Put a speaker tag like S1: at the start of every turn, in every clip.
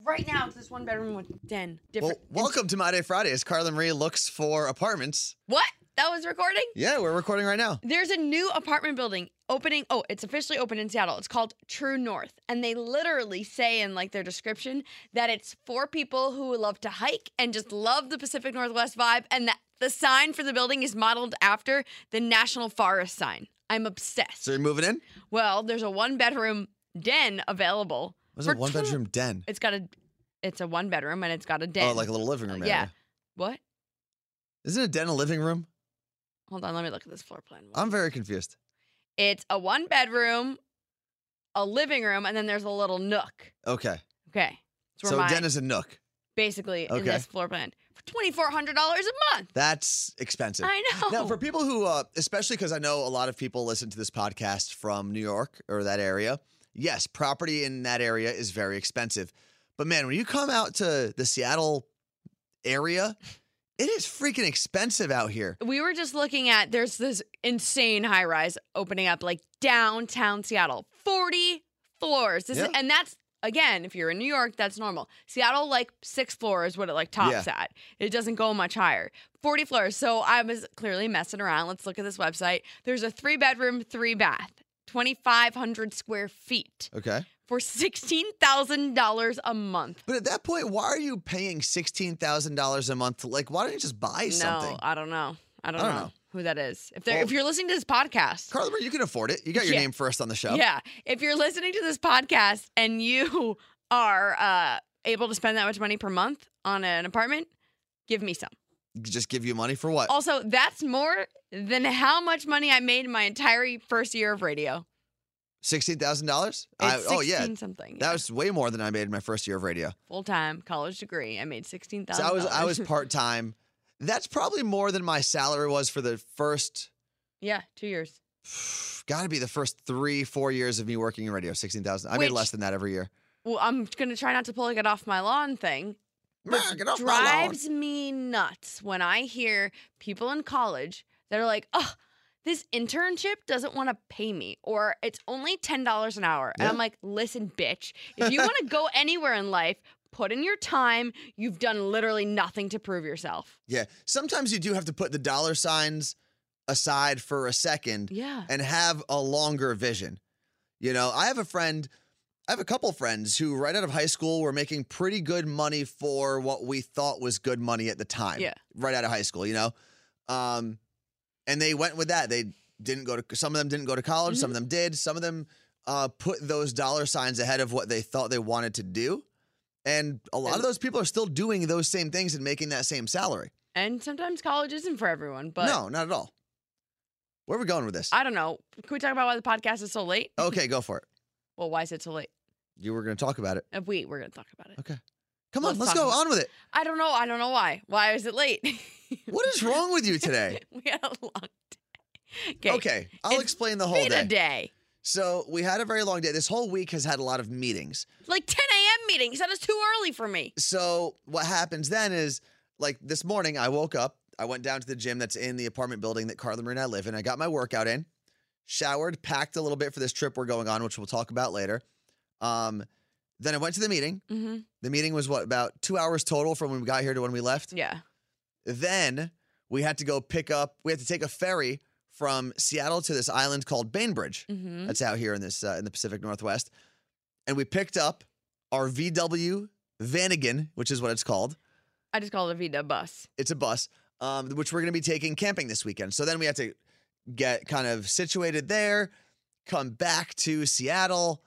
S1: right now to this one bedroom with den.
S2: Well,
S1: Different.
S2: welcome to My Day Friday as Carla Marie looks for apartments.
S1: what? That was recording?
S2: Yeah, we're recording right now.
S1: There's a new apartment building opening. Oh, it's officially open in Seattle. It's called True North. And they literally say in like their description that it's for people who love to hike and just love the Pacific Northwest vibe and that the sign for the building is modeled after the National Forest sign. I'm obsessed.
S2: So you're moving in?
S1: well, there's a one bedroom den available.
S2: Was
S1: for
S2: a one
S1: tw-
S2: bedroom den?
S1: It's got a it's a one bedroom and it's got a den.
S2: Oh, like a little living room
S1: Uh,
S2: area.
S1: yeah. What?
S2: Isn't a den a living room?
S1: Hold on, let me look at this floor plan.
S2: I'm very confused.
S1: It's a one bedroom, a living room, and then there's a little nook.
S2: Okay.
S1: Okay. It's where
S2: So
S1: my,
S2: a den is a nook.
S1: basically in
S2: Okay.
S1: this floor plan for twenty four hundred dollars a month.
S2: That's expensive.
S1: I know.
S2: Now, for people who, uh, especially because I know a lot of people listen to this podcast from New York or that area, yes, property in that area is very expensive. But man, when you come out to the Seattle area, it is freaking expensive out here.
S1: we were just looking at there's this insane high rise opening up like downtown Seattle, forty floors. This is,
S2: Yeah.
S1: and that's again, if you're in New York, that's normal. Seattle, like six floors, what it like tops at. It doesn't go much higher. Forty floors. So I was clearly messing around. Let's look at this website. There's a three bedroom, three bath, twenty five hundred square feet
S2: Okay.
S1: for sixteen thousand dollars a month.
S2: But at that point, why are you paying $16,000 a month? Like, why don't you just buy something?
S1: No, I don't know. I don't,
S2: I don't
S1: know,
S2: know.
S1: who that is. If they're
S2: Well-
S1: if you're listening to this podcast.
S2: Carla Marie, you can afford it. You got your
S1: Yeah.
S2: name first on the show.
S1: Yeah. If you're listening to this podcast and you are uh, able to spend that much money per month on an apartment, give me some.
S2: Just give you money for what?
S1: Also, that's more than how much money I made in my entire first year of radio.
S2: $16,000? I-
S1: It's
S2: Oh, yeah.
S1: 16 something.
S2: That was way more than I made in my first year of radio.
S1: full time college degree. I made sixteen
S2: So
S1: thousand.
S2: I was I was part time. That's probably more than my salary was for the first.
S1: yeah, two years.
S2: Got to be the first three four years of me working in radio. Sixteen thousand. I
S1: Which-
S2: made less than that every year.
S1: Well, I'm gonna try not to pull like it off my lawn thing. which
S2: Ah, get off my lawn.
S1: drives me nuts when I hear people in college that are like, oh, this internship doesn't want to pay me, or it's only $10 an hour. And
S2: Yeah.
S1: I'm like, listen, bitch, if you want to go anywhere in life, put in your time. You've done literally nothing to prove yourself.
S2: Yeah. Sometimes you do have to put the dollar signs aside for a second
S1: Yeah.
S2: and have a longer vision. You know, I have a friend, I have a couple friends who right out of high school were making pretty good money for what we thought was good money at the time.
S1: Yeah.
S2: Right out of high school, you know? Um, and they went with that. They didn't go to, some of them didn't go to college, some of
S1: Mm-hmm.
S2: them did. Some of them uh, put those dollar signs ahead of what they thought they wanted to do. And a lot of
S1: And-
S2: those people are still doing those same things and making that same salary.
S1: And sometimes college isn't for everyone, but
S2: no, not at all. Where are we going with this?
S1: I don't know. Can we talk about why the podcast is so late?
S2: okay, go for it.
S1: Well, why is it so late?
S2: You were going to talk about it.
S1: If we, we're going to talk about it.
S2: Okay. Come on,
S1: Let's
S2: let's
S1: talk
S2: go
S1: about-
S2: on with it.
S1: I don't know. I don't know why. Why is it late?
S2: What is wrong with you today?
S1: we had a long day.
S2: Okay, I'll
S1: It's
S2: explain the whole
S1: Been
S2: day.
S1: a day.
S2: So, we had a very long day. This whole week has had a lot of meetings.
S1: Like 10 a.m. meetings. That is too early for me.
S2: So, what happens then is like this morning, I woke up, I went down to the gym that's in the apartment building that Carla Marie and I live in. I got my workout in, showered, packed a little bit for this trip we're going on, which we'll talk about later. Um, then I went to the meeting.
S1: Mm-hmm.
S2: The meeting was what about two hours total from when we got here to when we left.
S1: Yeah.
S2: Then we had to go pick up. We had to take a ferry from Seattle to this island called Bainbridge.
S1: Mm-hmm.
S2: That's out here in this uh, in the Pacific Northwest, and we picked up our VW Vanagon, which is what it's called.
S1: I just called it a Vita bus.
S2: It's a bus, um, which we're going to be taking camping this weekend. So then we had to get kind of situated there, come back to Seattle,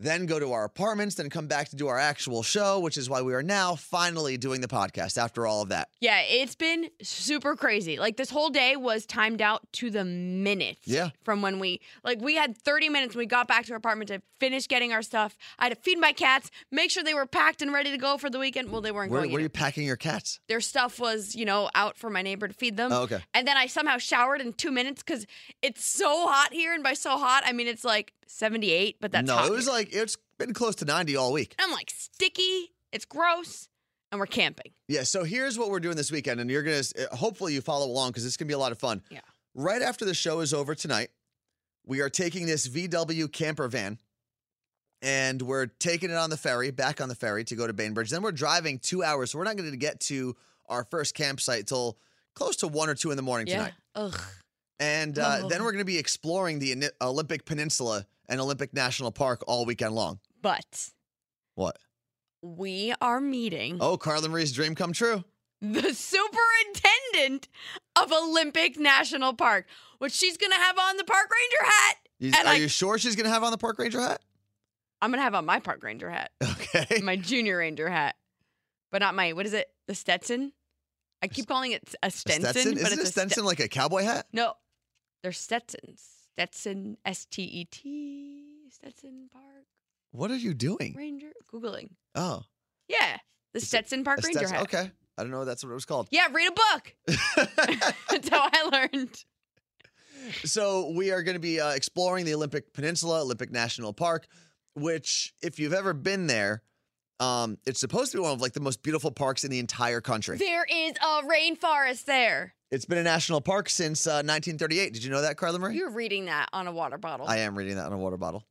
S2: then go to our apartments, then come back to do our actual show, which is why we are now finally doing the podcast after all of that.
S1: Yeah, it's been super crazy. Like this whole day was timed out to the minute.
S2: Yeah.
S1: From when we like we had 30 minutes when we got back to our apartment to finish getting our stuff. I had to feed my cats, make sure they were packed and ready to go for the weekend. Well, they weren't
S2: Where,
S1: going.
S2: where are you
S1: yet.
S2: packing your cats?
S1: Their stuff was, you know, out for my neighbor to feed them.
S2: Oh, okay.
S1: And then I somehow showered in two minutes because it's so hot here. And by so hot, I mean it's like 78, but that's
S2: no,
S1: hot.
S2: it was
S1: here.
S2: like it's been close to 90 all week.
S1: I'm like sticky. It's gross. And we're camping.
S2: Yeah, so here's what we're doing this weekend, and you're gonna uh, hopefully you follow along because it's gonna be a lot of fun.
S1: Yeah.
S2: Right after the show is over tonight, we are taking this VW camper van and we're taking it on the ferry, back on the ferry to go to Bainbridge. Then we're driving two hours, so we're not going to get to our first campsite till close to one or two in the morning
S1: Yeah.
S2: tonight.
S1: Ugh.
S2: And uh, then
S1: Oh.
S2: we're going to be exploring the Ini- Olympic Peninsula and Olympic National Park all weekend long.
S1: But
S2: What?
S1: we are meeting
S2: Oh, Carla Marie's dream come true.
S1: the superintendent of Olympic National Park, which she's going to have on the park ranger hat.
S2: You-
S1: And
S2: are
S1: I-
S2: you sure she's going to have on the park ranger hat?
S1: I'm going to have on my park ranger hat,
S2: Okay.
S1: my junior ranger hat, but not my, what is it? The Stetson? I keep calling it a Stenson, but
S2: Isn't
S1: it's
S2: a
S1: a Stetson.
S2: Stenson like a cowboy hat?
S1: No, they're Stetsons. Stetson, S T E T, Stetson Park
S2: What are you doing?
S1: Ranger. Googling.
S2: Oh,
S1: Yeah, the
S2: Is it
S1: Stetson
S2: a
S1: Park Ranger
S2: Stetson.
S1: hat.
S2: Okay. I don't know. if That's what it was called.
S1: Yeah, read a book. That's how I learned.
S2: so we are going to be uh, exploring the Olympic Peninsula, Olympic National Park, which, if you've ever been there, um, it's supposed to be one of like the most beautiful parks in the entire country.
S1: There is a rainforest there.
S2: It's been a national park since uh, 1938. Did you know that, Carla Marie?
S1: You're reading that on a water bottle.
S2: I am reading that on a water bottle.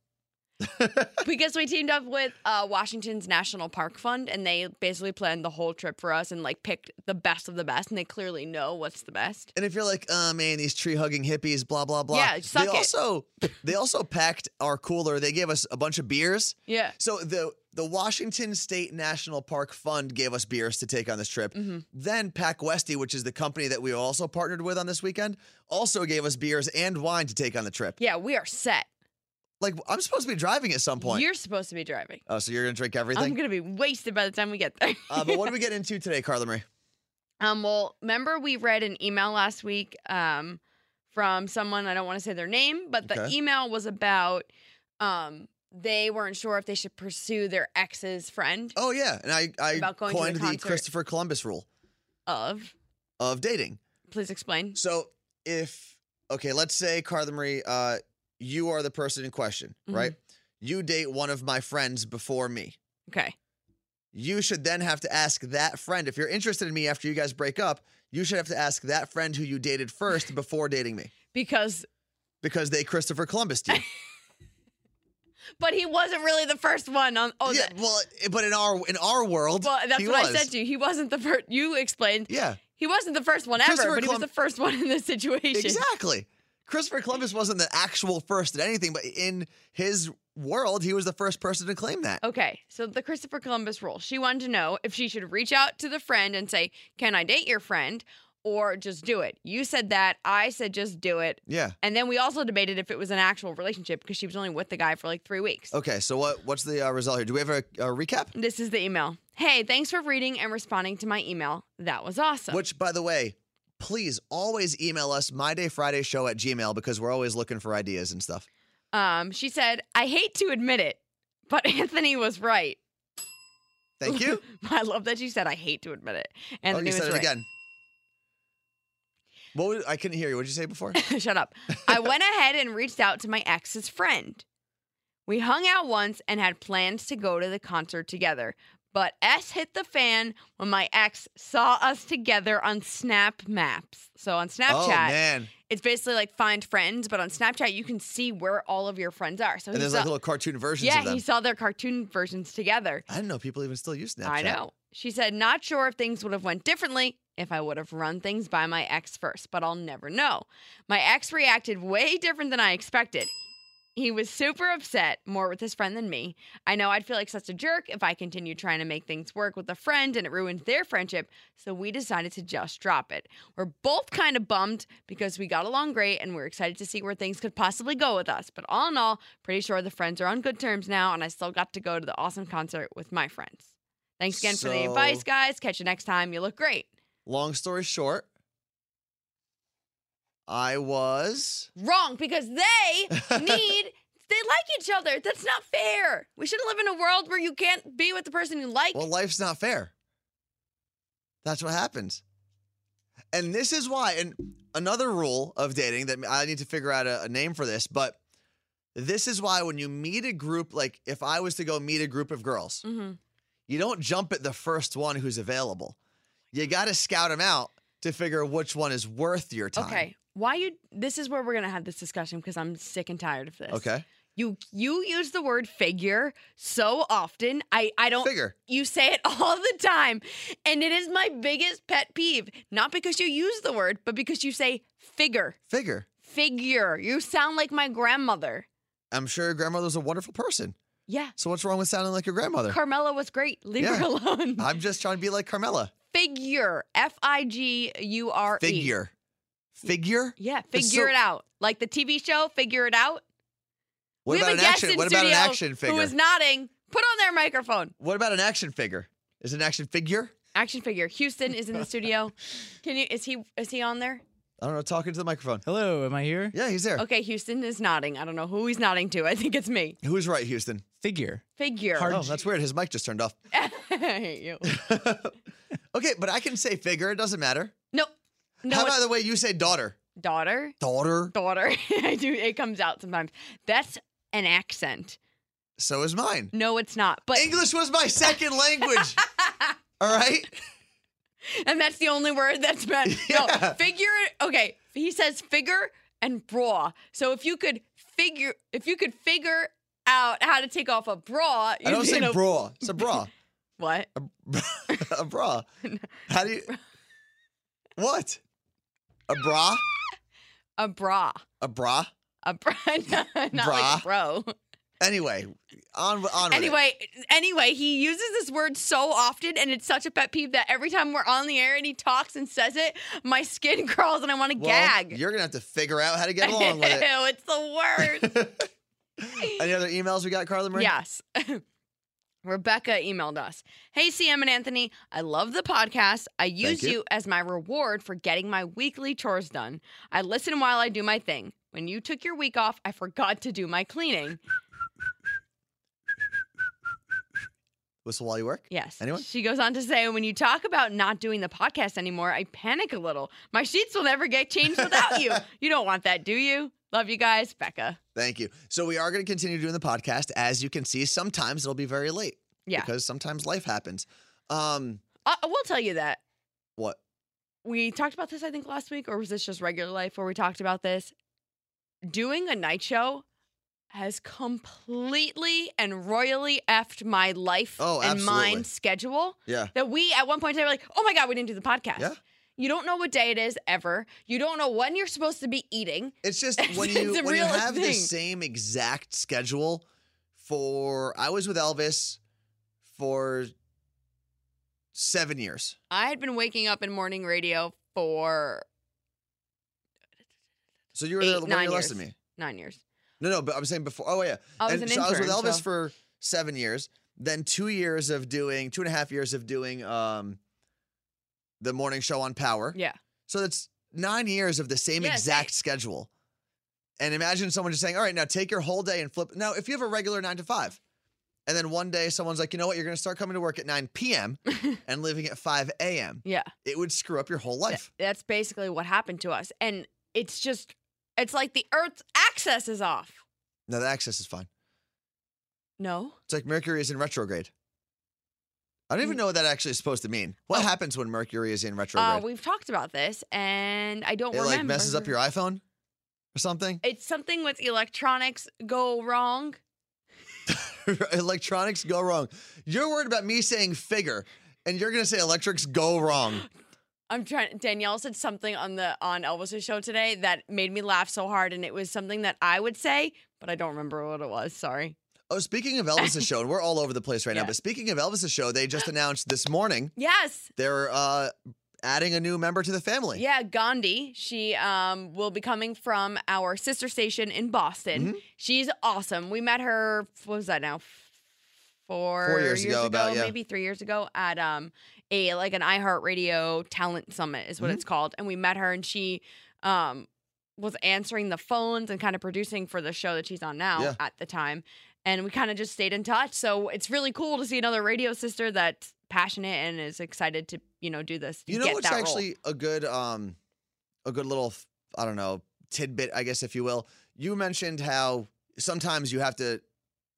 S1: because we teamed up with uh, Washington's National Park Fund, and they basically planned the whole trip for us and like picked the best of the best, and they clearly know what's the best.
S2: And if you're like, oh man, these tree hugging hippies, blah blah blah.
S1: Yeah, suck
S2: they
S1: it.
S2: also they also packed our cooler. They gave us a bunch of beers.
S1: Yeah.
S2: So the the Washington State National Park Fund gave us beers to take on this trip.
S1: Mhm.
S2: Then Pack Westy, which is the company that we also partnered with on this weekend, also gave us beers and wine to take on the trip.
S1: Yeah, we are set.
S2: Like I'm supposed to be driving at some point.
S1: You're supposed to be driving.
S2: oh, so you're gonna drink
S1: I'm
S2: everything?
S1: gonna be wasted by the time we get there.
S2: uh, but what do we get into today, Carla Marie?
S1: Um, well, remember we read an email last week um, from someone, I don't want to say their name, but the
S2: Okay.
S1: email was about um, they weren't sure if they should pursue their ex's friend
S2: Oh yeah, and I I
S1: About going to the
S2: coined the
S1: concert.
S2: Christopher Columbus rule
S1: of.
S2: of dating.
S1: Please explain.
S2: So if okay, let's say Carla Marie, uh, you are the person in question,
S1: Mhm.
S2: right? You date one of my friends before me.
S1: Okay.
S2: You should then have to ask that friend if you're interested in me after you guys break up. You should have to ask that friend who you dated first before dating me
S1: Because,
S2: because they Christopher Columbus you.
S1: but he wasn't really the first one on. Oh,
S2: yeah,
S1: that-
S2: well, eh, but in our in our world,
S1: well, that's
S2: he
S1: what
S2: was.
S1: I said to you. He wasn't the first. You explained
S2: Yeah,
S1: he wasn't the first one ever,
S2: Christopher
S1: but he was
S2: Colum-
S1: the first one in this situation.
S2: exactly. Christopher Columbus wasn't the actual first at anything, but in his world, he was the first person to claim that.
S1: Okay, so the Christopher Columbus rule. She wanted to know if she should reach out to the friend and say, Can I date your friend? Or just do it. You said that. I said just do it.
S2: Yeah.
S1: And then we also debated if it was an actual relationship because she was only with the guy for like three weeks.
S2: Okay, so what what's the uh, result here? Do we have a, a recap?
S1: This is the email. Hey, thanks for reading and responding to my email. That was awesome.
S2: Which, by the way, please always email us mydayfridayshow at gmail because we're always looking for ideas and stuff.
S1: um, she said, I hate to admit it, but Anthony was right.
S2: Thank you.
S1: I love that she said, I hate to admit it.
S2: oh,
S1: Anthony
S2: you
S1: was
S2: said it
S1: right.
S2: again. What was, I couldn't hear you. What did you say before?
S1: Shut up. I went ahead and reached out to my ex's friend. We hung out once and had plans to go to the concert together, but S hit the fan when my ex saw us together on Snap Maps. So on
S2: Oh
S1: Snapchat,
S2: man!
S1: it's basically like find friends, but on Snapchat you can see where all of your friends are. So
S2: And
S1: he
S2: there's
S1: saw,
S2: like little cartoon versions
S1: yeah,
S2: of them.
S1: he saw their cartoon versions together.
S2: I didn't know people even still use Snapchat.
S1: I know. She said, not sure if things would have went differently if I would have run things by my ex first, but I'll never know. My ex reacted way different than I expected. He was super upset, more with his friend than me. I know I'd feel like such a jerk if I continued trying to make things work with a friend and it ruined their friendship, so we decided to just drop it. We're both kind of bummed because we got along great and we're excited to see where things could possibly go with us. But all in all, pretty sure the friends are on good terms now, and I still got to go to the awesome concert with my friends. Thanks again for the
S2: So-
S1: advice, guys. Catch you next time. You look great.
S2: Long story short, I was.
S1: Wrong, because they need. They like each other. That's not fair. We shouldn't live in a world where you can't be with the person you like.
S2: Well, life's not fair. That's what happens. And this is why, and another rule of dating that I need to figure out a, a name for this, but this is why when you meet a group, like if I was to go meet a group of girls,
S1: hmm
S2: you don't jump at the first one who's available. You
S1: Mm.
S2: got to scout them out to figure which one is worth your time.
S1: Okay. Why you? This is where we're gonna have this discussion because I'm sick and tired of this.
S2: Okay.
S1: You you use the word figure so often. I I don't
S2: Figure.
S1: you say it all the time. And it is my biggest pet peeve, not because you use the word, but because you say figure.
S2: Figure.
S1: Figure. You sound like my grandmother.
S2: I'm sure your grandmother was a wonderful person.
S1: Yeah.
S2: So what's wrong with sounding like your grandmother?
S1: Carmela was great. Leave her
S2: Yeah.
S1: alone.
S2: I'm just trying to be like Carmela.
S1: Figure. F I G U R E.
S2: Figure. Figure?
S1: Yeah,
S2: It's
S1: figure
S2: so-
S1: it out. Like the TV show, figure it out.
S2: What
S1: we
S2: about
S1: have
S2: an
S1: a guest
S2: action?
S1: in
S2: What
S1: studio
S2: about an action figure?
S1: who is nodding. Put on their microphone.
S2: what about an action figure? Is it an action figure?
S1: Action figure. Houston is in the studio. Can you? Is he? Is he on there?
S2: I don't know. Talking to the microphone.
S3: Hello, am I here?
S2: Yeah, he's there.
S1: Okay, Houston is nodding. I don't know who he's nodding to. I think it's me.
S2: Who's right, Houston?
S3: Figure.
S1: Figure.
S3: Hard-
S2: Oh, that's weird. His mic just turned off.
S1: I hate you.
S2: Okay, but I can say figure. It doesn't matter.
S1: No, no.
S2: How
S1: it's
S2: about the way you say daughter?
S1: daughter,
S2: Daughter.
S1: daughter. I do. It comes out sometimes. That's an accent.
S2: So is mine.
S1: No, it's not. But
S2: English was my second language. All right?
S1: and that's the only word that's meant. No,
S2: Yeah.
S1: figure. Okay, he says figure and bra. So if you could figure, if you could figure out how to take off a bra,
S2: I don't
S1: you
S2: say
S1: know-
S2: bra. It's a bra.
S1: What?
S2: a bra. How do you? What? A bra?
S1: A bra.
S2: A bra?
S1: A bra. not like
S2: Bra.
S1: a bro.
S2: Anyway, on on. with it.
S1: Anyway, anyway, he uses this word so often, and it's such a pet peeve that every time we're on the air and he talks and says it, my skin crawls and I want to
S2: Well,
S1: gag.
S2: You're gonna have to figure out how to get along with it.
S1: Ew, it's the worst.
S2: Any other emails we got, Carla Marie?
S1: yes. Rebecca emailed us. Hey, CM and Anthony, I love the podcast. I use
S2: you.
S1: you as my reward for getting my weekly chores done. I listen while I do my thing. When you took your week off, I forgot to do my cleaning.
S2: Whistle while you work.
S1: Yes.
S2: Anyone?
S1: She goes on to say, when you talk about not doing the podcast anymore, I panic a little. My sheets will never get changed without you. You don't want that, do you? Love you guys, Becca.
S2: Thank you. So we are gonna continue doing the podcast. As you can see, sometimes it'll be very late.
S1: Yeah.
S2: Because sometimes life happens. Um,
S1: I, I will tell you that.
S2: what?
S1: We talked about this, I think, last week, or was this just regular life where we talked about this? Doing a night show has completely and royally effed my life
S2: Oh,
S1: and
S2: absolutely.
S1: mine schedule.
S2: Yeah.
S1: that we at one point in time were like, oh my God, we didn't do the podcast.
S2: Yeah.
S1: You don't know what day it is ever. You don't know when you're supposed to be eating.
S2: It's just when
S1: It's
S2: you
S1: a
S2: when you
S1: real
S2: have the
S1: thing.
S2: same exact schedule for I was with Elvis for seven years.
S1: I had been waking up in morning radio for
S2: So you were
S1: Eight,
S2: there one
S1: nine
S2: year less than
S1: years.
S2: me.
S1: nine years.
S2: No, no, but I'm saying before. Oh yeah,
S1: I was
S2: and
S1: an
S2: so I was with
S1: intern,
S2: Elvis
S1: so-
S2: for seven years, then two years of doing two and a half years of doing um the morning show on Power.
S1: Yeah.
S2: So that's nine years of the same
S1: Yeah,
S2: exact schedule. And imagine someone just saying, all right, now take your whole day and flip. Now, if you have a regular nine to five, and then one day someone's like, you know what, you're going to start coming to work at 9 p.m. and leaving at 5 a.m.,
S1: Yeah.
S2: it would screw up your whole life.
S1: That's basically what happened to us. And it's just, it's like the Earth's access is off.
S2: No, the access is fine.
S1: No.
S2: It's like Mercury is in retrograde. I don't even know what that actually is supposed to mean. What
S1: Mm. Oh.
S2: happens when Mercury is in
S1: Uh,
S2: retrograde?
S1: we've talked about this and I don't
S2: it
S1: remember.
S2: like messes up your iPhone or something?
S1: It's something with electronics go wrong.
S2: Electronics go wrong. You're worried about me saying figure, and you're going to say electrics go wrong.
S1: I'm trying. Danielle said something on the on Elvis's show today that made me laugh so hard, and it was something that I would say, but I don't remember what it was. Sorry.
S2: Oh, speaking of Elvis's show, and we're all over the place right
S1: Yeah.
S2: now, but speaking of Elvis's show, they just announced this morning
S1: Yes.
S2: they're uh, adding a new member to the family.
S1: Yeah, Gandhi. She um will be coming from our sister station in Boston.
S2: Mm-hmm.
S1: She's awesome. We met her. What was that now? Four,
S2: Four years ago, about, yeah.
S1: maybe three years ago, at um a like an iHeartRadio talent summit
S2: Mm-hmm.
S1: is what it's called, and we met her, and she um was answering the phones and kind of producing for the show that she's on now
S2: Yeah.
S1: at the time. And we kind of just stayed in touch. So it's really cool to see another radio sister that's passionate and is excited to, you know, do this. to
S2: You know
S1: get
S2: what's
S1: that role.
S2: actually a good um a good little f- I don't know tidbit I guess if you will. You mentioned how sometimes you have to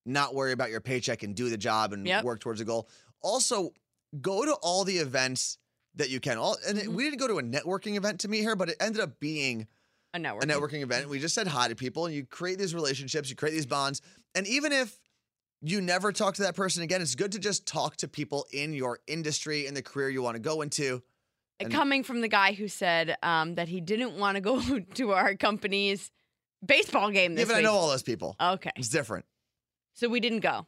S2: not worry about your paycheck and do the job and
S1: Yep.
S2: work towards a goal. Also, go to all the events that you can. All and it-
S1: Mhm.
S2: we didn't go to a networking event to meet her, but it ended up being
S1: a network.
S2: a networking event. We just said hi to people, and you create these relationships, you create these bonds. And even if you never talk to that person again, it's good to just talk to people in your industry and the career you want to go into. and-
S1: Coming from the guy who said um, that he didn't want to go to our company's baseball game
S2: Even
S1: this
S2: I
S1: week.
S2: know all those people.
S1: okay,
S2: It's different.
S1: so we didn't go,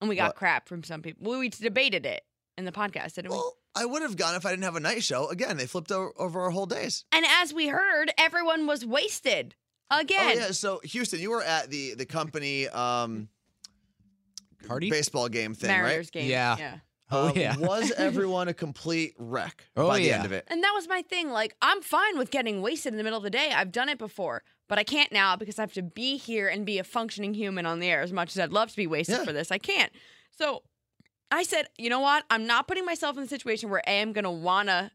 S1: and we got
S2: What?
S1: crap from some people. We, we debated it in the podcast, didn't
S2: Well, I would have gone if I didn't have a night show. Again, they flipped o- over our whole days.
S1: we? And as we heard, everyone was wasted again.
S2: Oh yeah. So Houston, you were at the the company um,
S3: Party?
S2: baseball game thing,
S1: Mariners
S2: right?
S1: game.
S3: Yeah.
S1: yeah.
S3: Oh,
S2: Um,
S3: yeah.
S2: was everyone a complete wreck
S3: Oh,
S2: by the
S3: yeah.
S2: end of it?
S1: And that was my thing. Like, I'm fine with getting wasted in the middle of the day. I've done it before, but I can't now because I have to be here and be a functioning human on the air. As much as I'd love to be wasted
S2: Yeah.
S1: for this, I can't. So I said, you know what? I'm not putting myself in a situation where A, I'm going to want to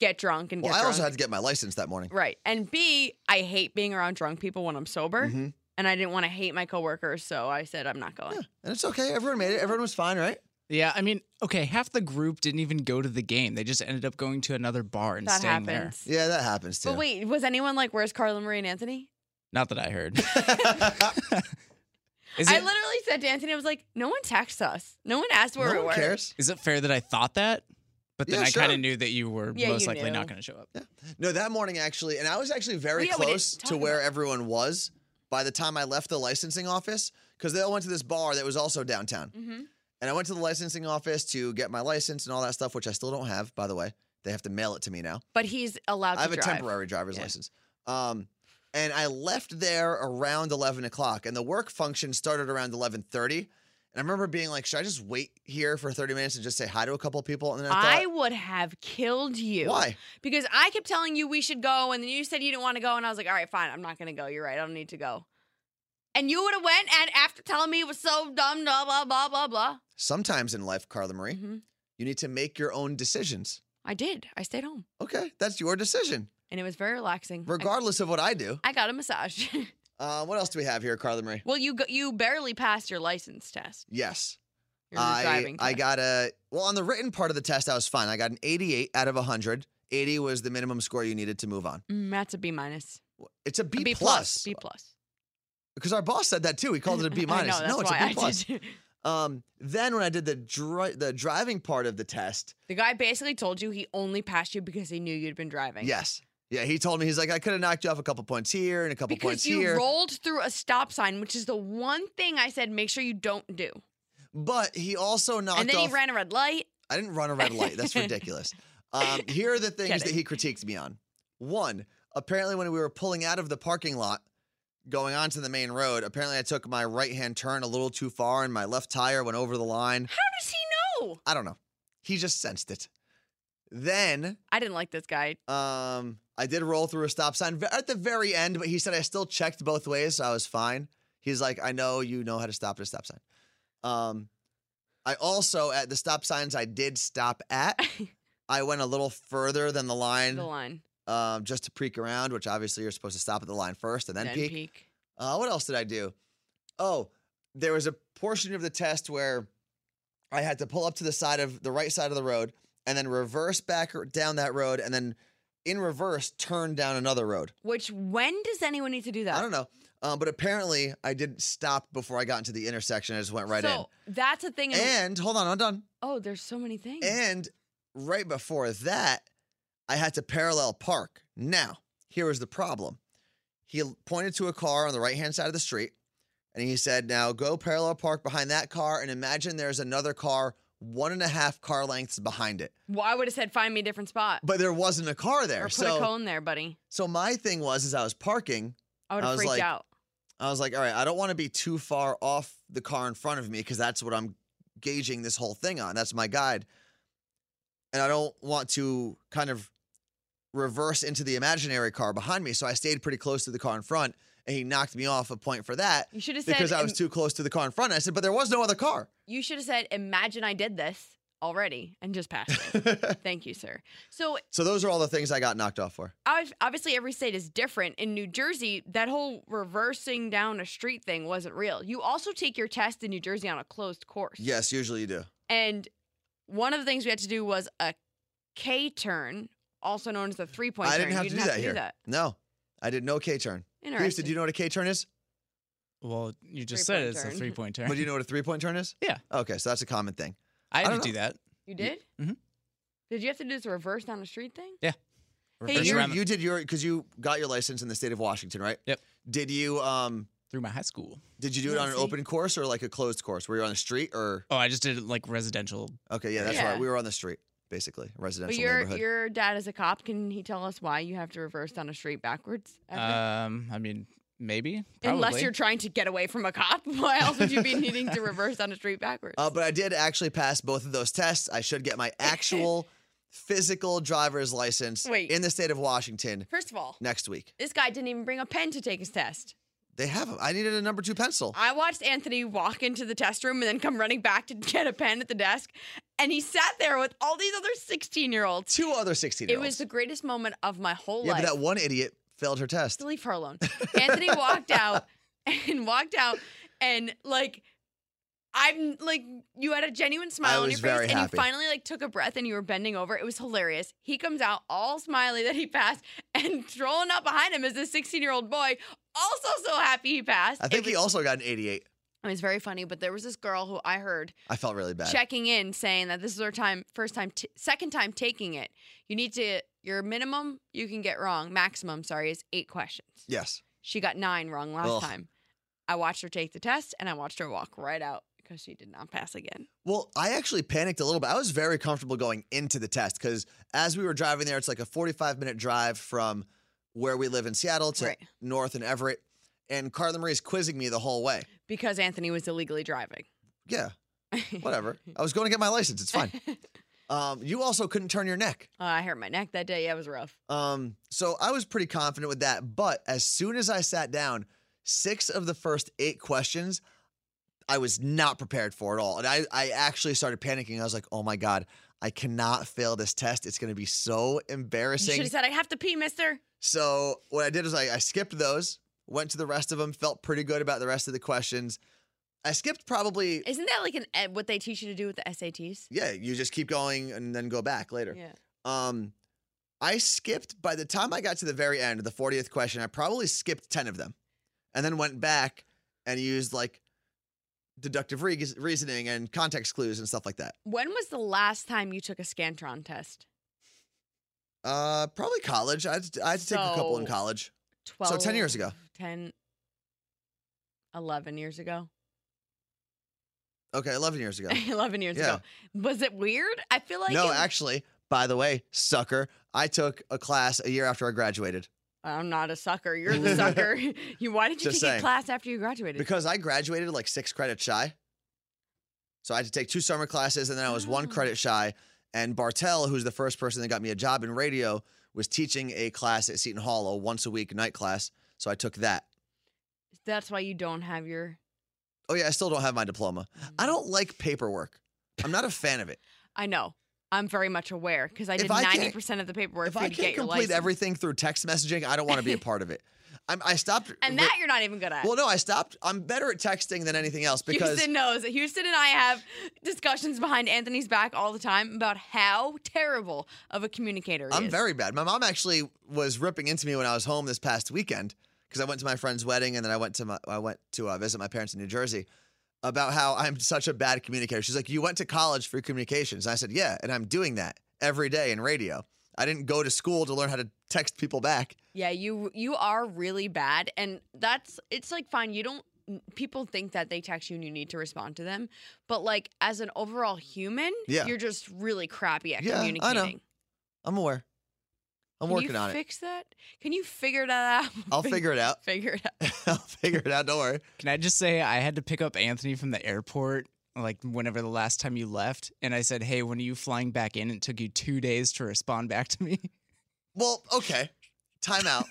S1: get drunk and
S2: Well,
S1: get
S2: I
S1: drunk.
S2: also had to get my license that morning.
S1: right. And B, I hate being around drunk people when I'm sober.
S2: Mhm.
S1: And I didn't want to hate my coworkers. So I said, I'm not going.
S2: Yeah, and it's okay. Everyone made it. Everyone was fine, right?
S3: Yeah, I mean, okay, half the group didn't even go to the game. They just ended up going to another bar and
S1: that
S3: staying
S1: happens.
S3: there.
S2: Yeah, that happens too.
S1: But wait, was anyone like, where's Carla Marie and Anthony?
S3: Not that I heard. is,
S1: I
S3: it,
S1: literally said to Anthony, I was like, no one texts us. No one asked where
S2: no
S1: we
S2: one
S1: were.
S2: cares.
S3: is it fair that I thought that? But then
S2: Yeah,
S3: I kind
S2: sure.
S3: of knew that you were
S1: Yeah,
S3: most
S1: you
S3: likely
S1: knew.
S3: not going to show up.
S2: No, that morning actually, and I was actually very
S1: Yeah, we didn't
S2: close
S1: talk
S2: to where
S1: about-
S2: everyone was by the time I left the licensing office because they all went to this bar that was also downtown.
S1: hmm
S2: And I went to the licensing office to get my license and all that stuff, which I still don't have, by the way. They have to mail it to me now.
S1: But he's allowed
S2: I
S1: to
S2: have a
S1: drive.
S2: temporary driver's
S3: Yeah.
S2: license. Um, and I left there around eleven o'clock, and the work function started around eleven thirty. And I remember being like, "Should I just wait here for thirty minutes and just say hi to a couple people?" And then I
S1: I
S2: thought,
S1: would have killed you.
S2: "Why?
S1: Because I kept telling you we should go, and then you said you didn't want to go, and I was like, all right, fine, I'm not going to go. You're right, I don't need to go. And you would have went, and after telling me it was so dumb, blah blah blah blah blah.
S2: Sometimes in life, Carla Marie,
S1: Mhm.
S2: you need to make your own decisions.
S1: I did. I stayed home,
S2: Okay, that's your decision,
S1: and it was very relaxing. I-
S2: regardless of what I do.
S1: I, got a massage.
S2: Uh, what else do we have here, Carla Marie?
S1: well, you go, you barely passed your license test.
S2: Yes,
S1: Your
S2: I
S1: driving
S2: I
S1: test.
S2: got a well on the written part of the test. I was fine. I got an eighty-eight out of hundred. Eighty was the minimum score you needed to move on.
S1: Mm, that's a B minus.
S2: It's a
S1: A
S2: B,
S1: B plus. B plus.
S2: because our boss said that too. He called it a B minus.
S1: I know, that's
S2: no, it's
S1: why
S2: a
S1: I
S2: B
S1: did
S2: plus.
S1: too.
S2: Um, then when I did the dri- the driving part of the test,
S1: The guy basically told you he only passed you because he knew you'd been driving.
S2: yes, yeah, he told me he's like I could have knocked you off a couple points here and a couple
S1: Because
S2: points
S1: you
S2: here,
S1: rolled through a stop sign, which is the one thing I said make sure you don't do.
S2: but he also knocked
S1: and then
S2: off.
S1: he ran a red light.
S2: I didn't run a red light. That's ridiculous. Um, here are the things that
S1: Kidding.
S2: he critiqued me on. One, apparently when we were pulling out of the parking lot, going onto the main road, apparently I took my right hand turn a little too far and my left tire went over the line.
S1: How does he know?
S2: I don't know. He just sensed it. Then
S1: I didn't like this guy.
S2: Um, I did roll through a stop sign ve- at the very end, but he said I still checked both ways, so I was fine. He's like, I know you know how to stop at a stop sign. Um, I also at the stop signs I did stop at, I went a little further than the line,
S1: The line.
S2: um, just to peek around, which obviously you're supposed to stop at the line first and then,
S1: Then
S2: peek. Uh, what else did I do? Oh, there was a portion of the test where I had to pull up to the side of the right side of the road and then reverse back or- down that road and then in reverse turn down another road.
S1: Which when does anyone need to do that?
S2: I don't know. Um, but apparently I didn't stop before I got into the intersection. I just went right
S1: so that's a thing.
S2: in. And hold on, I'm done.
S1: oh, there's so many things.
S2: And right before that, I had to parallel park. Now, here was the problem. He l- pointed to a car on the right hand side of the street and he said, Now go parallel park behind that car and imagine there's another car one and a half car lengths behind it.
S1: well, I would have said find me a different spot.
S2: But there wasn't a car there.
S1: or put
S2: so
S1: a cone there, buddy.
S2: so my thing was as I was parking,
S1: I would
S2: I
S1: have
S2: was
S1: freaked
S2: like-
S1: out.
S2: I was like, all right, I don't want to be too far off the car in front of me because that's what I'm gauging this whole thing on. That's my guide. And I don't want to kind of reverse into the imaginary car behind me. So I stayed pretty close to the car in front and he knocked me off a point for that
S1: You should have said
S2: because I was
S1: "Im-
S2: too close to the car in front. I said, but there was no other car.
S1: you should have said, imagine I did this already and just passed it. Thank you, sir. So
S2: so those are all the things I got knocked off for.
S1: ob- obviously every state is different. In New Jersey, that whole reversing down a street thing wasn't real. You also take your test in New Jersey on a closed course.
S2: Yes, usually you do.
S1: And one of the things we had to do was a K turn, also known as the three point
S2: I
S1: turn.
S2: didn't have
S1: you
S2: to
S1: didn't
S2: do
S1: have to
S2: that here.
S1: do that.
S2: No. I did no K turn. Houston,
S1: Interesting.
S2: do you know what a K turn is?
S3: Well, you just
S1: Three-point
S3: said it's a
S1: turn.
S3: three point turn.
S2: But do you know what a three point turn is?
S3: Yeah.
S2: Okay, so that's a common thing.
S3: I
S2: I
S3: had
S2: don't
S3: to do that.
S1: You did?
S2: Mm-hmm.
S3: Mhm.
S1: Did you have to do this reverse down the street thing? Hey,
S3: Reverse
S2: you,
S1: you're-
S3: around the-
S2: you did your because you got your license in the state of Washington, right?
S3: Yep.
S2: Did you um
S3: through my high school.
S2: did you do it
S1: Yeah,
S2: on an
S1: see?
S2: open course or like a closed course? Were you on the street or
S3: Oh, I just did it like residential.
S2: okay, yeah, that's
S1: Yeah.
S2: right. We were on the street, basically. Residential
S1: But your
S2: neighborhood.
S1: your dad is a cop. Can he tell us why you have to reverse down a street backwards? ever?
S3: Um, I mean, maybe.
S1: Unless
S3: probably.
S1: you're trying to get away from a cop, why else would you be needing to reverse down a street backwards?
S2: uh, but I did actually pass both of those tests. I should get my actual physical driver's license
S1: Wait.
S2: in the state of Washington
S1: First of all,
S2: next week.
S1: this guy didn't even bring a pen to take his test.
S2: They have them. I needed a number two pencil.
S1: I watched Anthony walk into the test room and then come running back to get a pen at the desk, and he sat there with all these other 16 year olds.
S2: Two other sixteen.
S1: It was the greatest moment of my whole
S2: yeah,
S1: life.
S2: but that one idiot failed her test.
S1: to leave her alone. Anthony walked out and walked out and like I'm like you had a genuine smile on
S2: was
S1: your
S2: very
S1: face and
S2: happy.
S1: you finally like took a breath and you were bending over. It was hilarious. He comes out all smiley that he passed and rolling up behind him is this 16-year-old boy also so happy he passed.
S2: I
S1: it,
S2: think
S1: was,
S2: he also got an eighty-eight.
S1: it was very funny, but there was this girl who I heard
S2: I felt really bad.
S1: checking in saying that this is her time first time t- second time taking it. You need to your minimum you can get wrong, maximum sorry is 8 questions.
S2: Yes.
S1: She got nine wrong last
S2: Ugh.
S1: time. I watched her take the test and I watched her walk right out because she did not pass again.
S2: Well, I actually panicked a little bit. I was very comfortable going into the test because as we were driving there, it's like a 45 minute drive from where we live in Seattle to
S1: Right.
S2: North and Everett. And Carla Marie's quizzing me the whole way.
S1: Because Anthony was illegally driving.
S2: Yeah, whatever. I was going to get my license. It's fine. Um, you also couldn't turn your neck.
S1: Uh, I hurt my neck that day. Yeah, it was rough.
S2: Um, so I was pretty confident with that. But as soon as I sat down, six of the first eight questions I was not prepared for at all. And I, I actually started panicking. I was like, oh my God, I cannot fail this test. It's going to be so
S1: You should
S2: embarrassing.
S1: have said, I have to pee, mister.
S2: so what I did was I, I skipped those, went to the rest of them, felt pretty good about the rest of the questions. I skipped probably,
S1: Isn't that like an eh, what they teach you to do with the SATs?
S2: yeah, you just keep going and then go back later.
S1: Yeah.
S2: Um, I skipped by the time I got to the very end, the 40th question, I probably skipped 10 of them and then went back and used like deductive re- reasoning and context clues and stuff like that.
S1: When was the last time you took a Scantron test?
S2: Uh, probably college. I had to, I had to take a couple in
S1: So-
S2: college.
S1: 12.
S2: 10 years ago.
S1: 10, 11 years ago.
S2: Okay, 11 years ago.
S1: 11 years
S2: Yeah.
S1: ago. Was it weird? I feel like.
S2: no,
S1: it-
S2: actually, by the way, sucker, I took a class a year after I graduated
S1: I'm not a sucker. You're the sucker. you why did you
S2: Just
S1: take
S2: saying.
S1: a class after you graduated?
S2: because I graduated like six credits shy. So I had to take two summer classes and then I was one
S1: Oh.
S2: credit shy. And Bartel, who's the first person that got me a job in radio, was teaching a class at Seton Hall, a once a week night class. So I took that.
S1: That's why you don't have your.
S2: Oh, yeah, I still don't have my diploma. I don't like paperwork. I'm not a fan of it.
S1: I know. I'm very much aware because I
S2: If
S1: did
S2: I can't-
S1: ninety percent of the paperwork
S2: If
S1: for you
S2: I
S1: to
S2: can't
S1: get your
S2: complete
S1: license,
S2: everything through text messaging, I don't want to be a part of it. I'm, I stopped.
S1: and that you're not even good at.
S2: well, no, I stopped. I'm better at texting than anything else because
S1: Houston knows. Houston and I have discussions behind Anthony's back all the time about how terrible of a communicator he
S2: I'm
S1: is.
S2: very bad. My mom actually was ripping into me when I was home this past weekend because I went to my friend's wedding and then I went to my I went to uh, visit my parents in New Jersey about how I'm such a bad communicator. She's like, "You went to college for communications," and I said, "Yeah," and I'm doing that every day in radio. I didn't go to school to learn how to text people back.
S1: Yeah, you you are really bad, and that's it's like fine. You don't. People think that they text you and you need to respond to them, but like as an overall human,
S2: Yeah.
S1: you're just really crappy at
S2: Yeah, I know.
S1: communicating.
S2: I'm aware. I'm
S1: Can
S2: working
S1: you
S2: on it.
S1: Fix that. Can you figure that out?
S2: I'll figure it out.
S1: Figure it out.
S2: I'll figure it out. Don't worry.
S3: Can I just say I had to pick up Anthony from the airport like whenever the last time you left, and I said, "Hey, when are you flying back in?" It took you two days to respond back to me.
S2: Well, okay. Time out.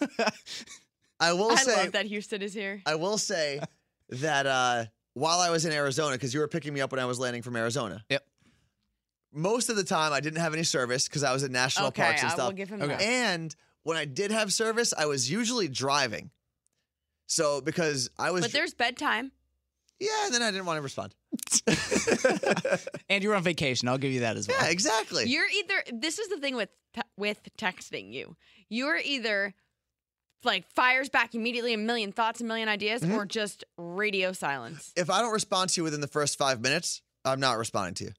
S2: I will
S1: I
S2: say
S1: love that Houston is here.
S2: I will say that uh, while I was in Arizona, because you were picking me up when I was landing from Arizona.
S3: Yep.
S2: Most of the time, I didn't have any service because I was at national
S1: okay,
S2: parks and
S1: I will
S2: stuff.
S1: give him
S3: Okay.
S1: that.
S2: and when I did have service, I was usually driving. So because I was,
S1: But there's bedtime.
S2: yeah, and then I didn't want to respond.
S3: and you're on vacation. I'll give you that as well.
S2: Yeah, exactly.
S1: You're either. This is the thing with te- with texting you. You're either like fires back immediately a million thoughts, a million ideas,
S2: Mhm.
S1: or just radio silence.
S2: If I don't respond to you within the first five minutes, I'm not responding to you.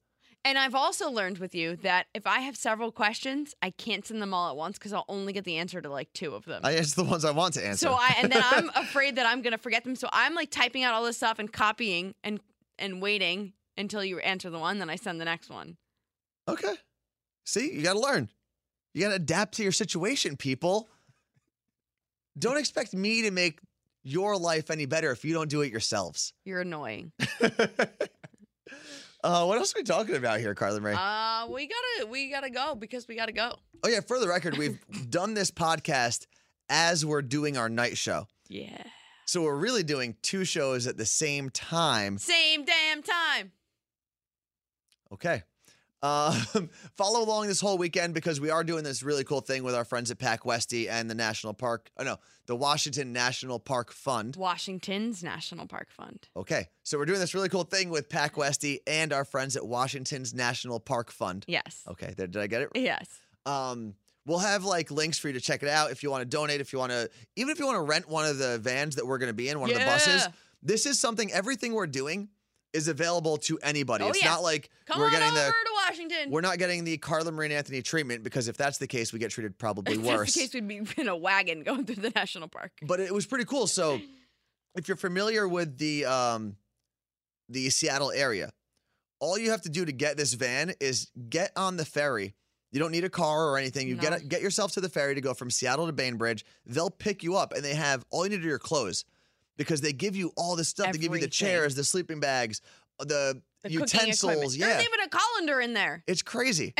S1: And I've also learned with you that if I have several questions, I can't send them all at once because I'll only get the answer to like two of them.
S2: I answer the ones I want to answer.
S1: so I and then I'm afraid that I'm gonna forget them. So I'm like typing out all this stuff and copying and and waiting until you answer the one, then I send the next one.
S2: okay. See, you got to learn. You got to adapt to your situation, people. Don't expect me to make your life any better if you don't do it yourselves.
S1: You're annoying.
S2: Uh, what else are we talking about here, Carla Marie?
S1: Uh we gotta we gotta go because we gotta go.
S2: oh yeah, for the record, we've done this podcast as we're doing our night show.
S1: Yeah.
S2: So we're really doing two shows at the same time.
S1: Same damn time.
S2: Okay. Um, follow along this whole weekend because we are doing this really cool thing with our friends at Pack Westy and the National Park. Oh no, the Washington National Park Fund.
S1: Washington's National Park Fund.
S2: Okay, so we're doing this really cool thing with Pack Westy and our friends at Washington's National Park Fund.
S1: Yes.
S2: Okay, there, did I get it?
S1: Yes.
S2: Um, we'll have like links for you to check it out if you want to donate, if you want to, even if you want to rent one of the vans that we're going to be in, one of the buses.
S1: Yeah.
S2: This is something. Everything we're doing is available to anybody.
S1: Oh,
S2: it's
S1: yeah.
S2: not like
S1: Come
S2: we're
S1: on
S2: getting
S1: over
S2: the
S1: to Washington.
S2: we're not getting the Carla Marine Anthony treatment because if that's the case, we get treated probably
S1: If
S2: worse.
S1: That's the case we'd be in a wagon going through the national park.
S2: but it was pretty cool. So, if you're familiar with the um, the Seattle area, all you have to do to get this van is get on the ferry. You don't need a car or anything. You
S1: No.
S2: get get yourself to the ferry to go from Seattle to Bainbridge. They'll pick you up, and they have all you need are your clothes because they give you all this stuff. They give you the
S1: Everything.
S2: chairs, the sleeping bags, the,
S1: The cooking
S2: utensils.
S1: equipment.
S2: Yeah,
S1: There's even a colander in there.
S2: It's crazy.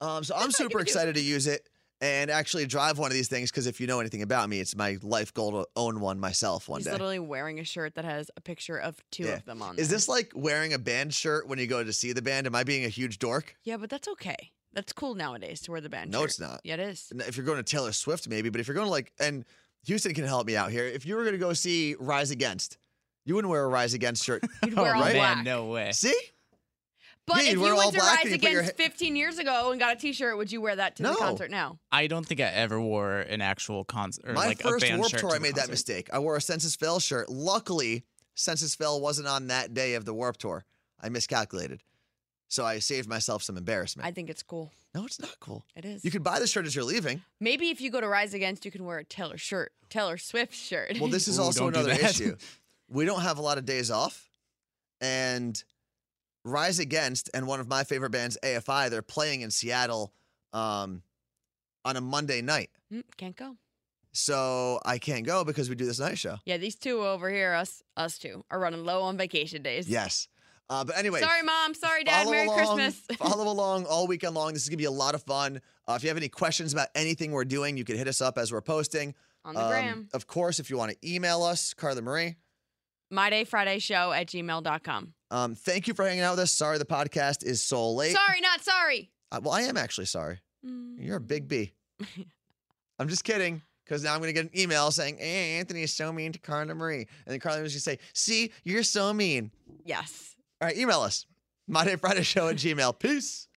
S2: um, so I'm
S1: That's what
S2: super
S1: you do.
S2: excited to use it and actually drive one of these things because if you know anything about me, it's my life goal to own one myself one
S1: He's
S2: day.
S1: literally wearing a shirt that has a picture of two
S2: Yeah.
S1: of them on.
S2: Is
S1: there.
S2: this like wearing a band shirt when you go to see the band? Am I being a huge dork?
S1: Yeah, but that's okay. That's cool nowadays to wear the band.
S2: No,
S1: shirt.
S2: it's not.
S1: Yeah, it is.
S2: N- If you're going to Taylor Swift, maybe, but if you're going to like, and Houston can help me out here. If you were going to go see Rise Against, you wouldn't wear a Rise Against shirt.
S1: You'd wear all
S2: right?
S1: black.
S3: man, no way.
S2: see?
S1: But
S2: Yeah, you'd
S1: if
S2: wear
S1: you
S2: all
S1: went to
S2: black
S1: Rise
S2: and you put your
S1: Against 15 years ago and got a T-shirt, would you wear that to
S2: No.
S1: the concert now?
S3: I don't think I ever wore an actual concert or
S2: My
S3: like
S2: first
S3: a band
S2: Warped
S3: shirt
S2: Tour,
S3: to
S2: I
S3: the
S2: made that
S3: concert.
S2: mistake. I wore a Census Fail shirt. Luckily, Census Fail wasn't on that day of the Warped Tour. I miscalculated. So I saved myself some embarrassment.
S1: I think it's cool.
S2: no, it's not cool.
S1: It is.
S2: You can buy the shirt as you're leaving.
S1: Maybe if you go to Rise Against, you can wear a Taylor shirt, Taylor Swift shirt.
S2: Well, this is
S3: Ooh,
S2: also
S3: don't do
S2: another
S3: that.
S2: issue. We don't have a lot of days off. And Rise Against and one of my favorite bands, AFI, they're playing in Seattle um, on a Monday night.
S1: Mm, can't go.
S2: So I can't go because we do this night show.
S1: Yeah, these two over here, us us two, are running low on vacation days.
S2: Yes. Uh, but anyway,
S1: Sorry, mom. Sorry, dad.
S2: Follow
S1: Merry
S2: along-
S1: Christmas.
S2: follow along all weekend long. This is going to be a lot of fun. Uh, if you have any questions about anything we're doing, you can hit us up as we're posting.
S1: on the
S2: Um,
S1: gram.
S2: Of course, if you want to email us, Carla Marie.
S1: My Day Friday Show at gmail.com.
S2: Um, thank you for hanging out with us. Sorry the podcast is so late.
S1: Sorry, not sorry.
S2: Uh, well, I am actually sorry. You're a big B. I'm just kidding. Because now I'm going to get an email saying, hey, Anthony is so mean to Carla Marie. And then Carla Marie's going to say, see, you're so mean.
S1: Yes.
S2: All right, email us. MyDayFridayShow at Gmail. Peace.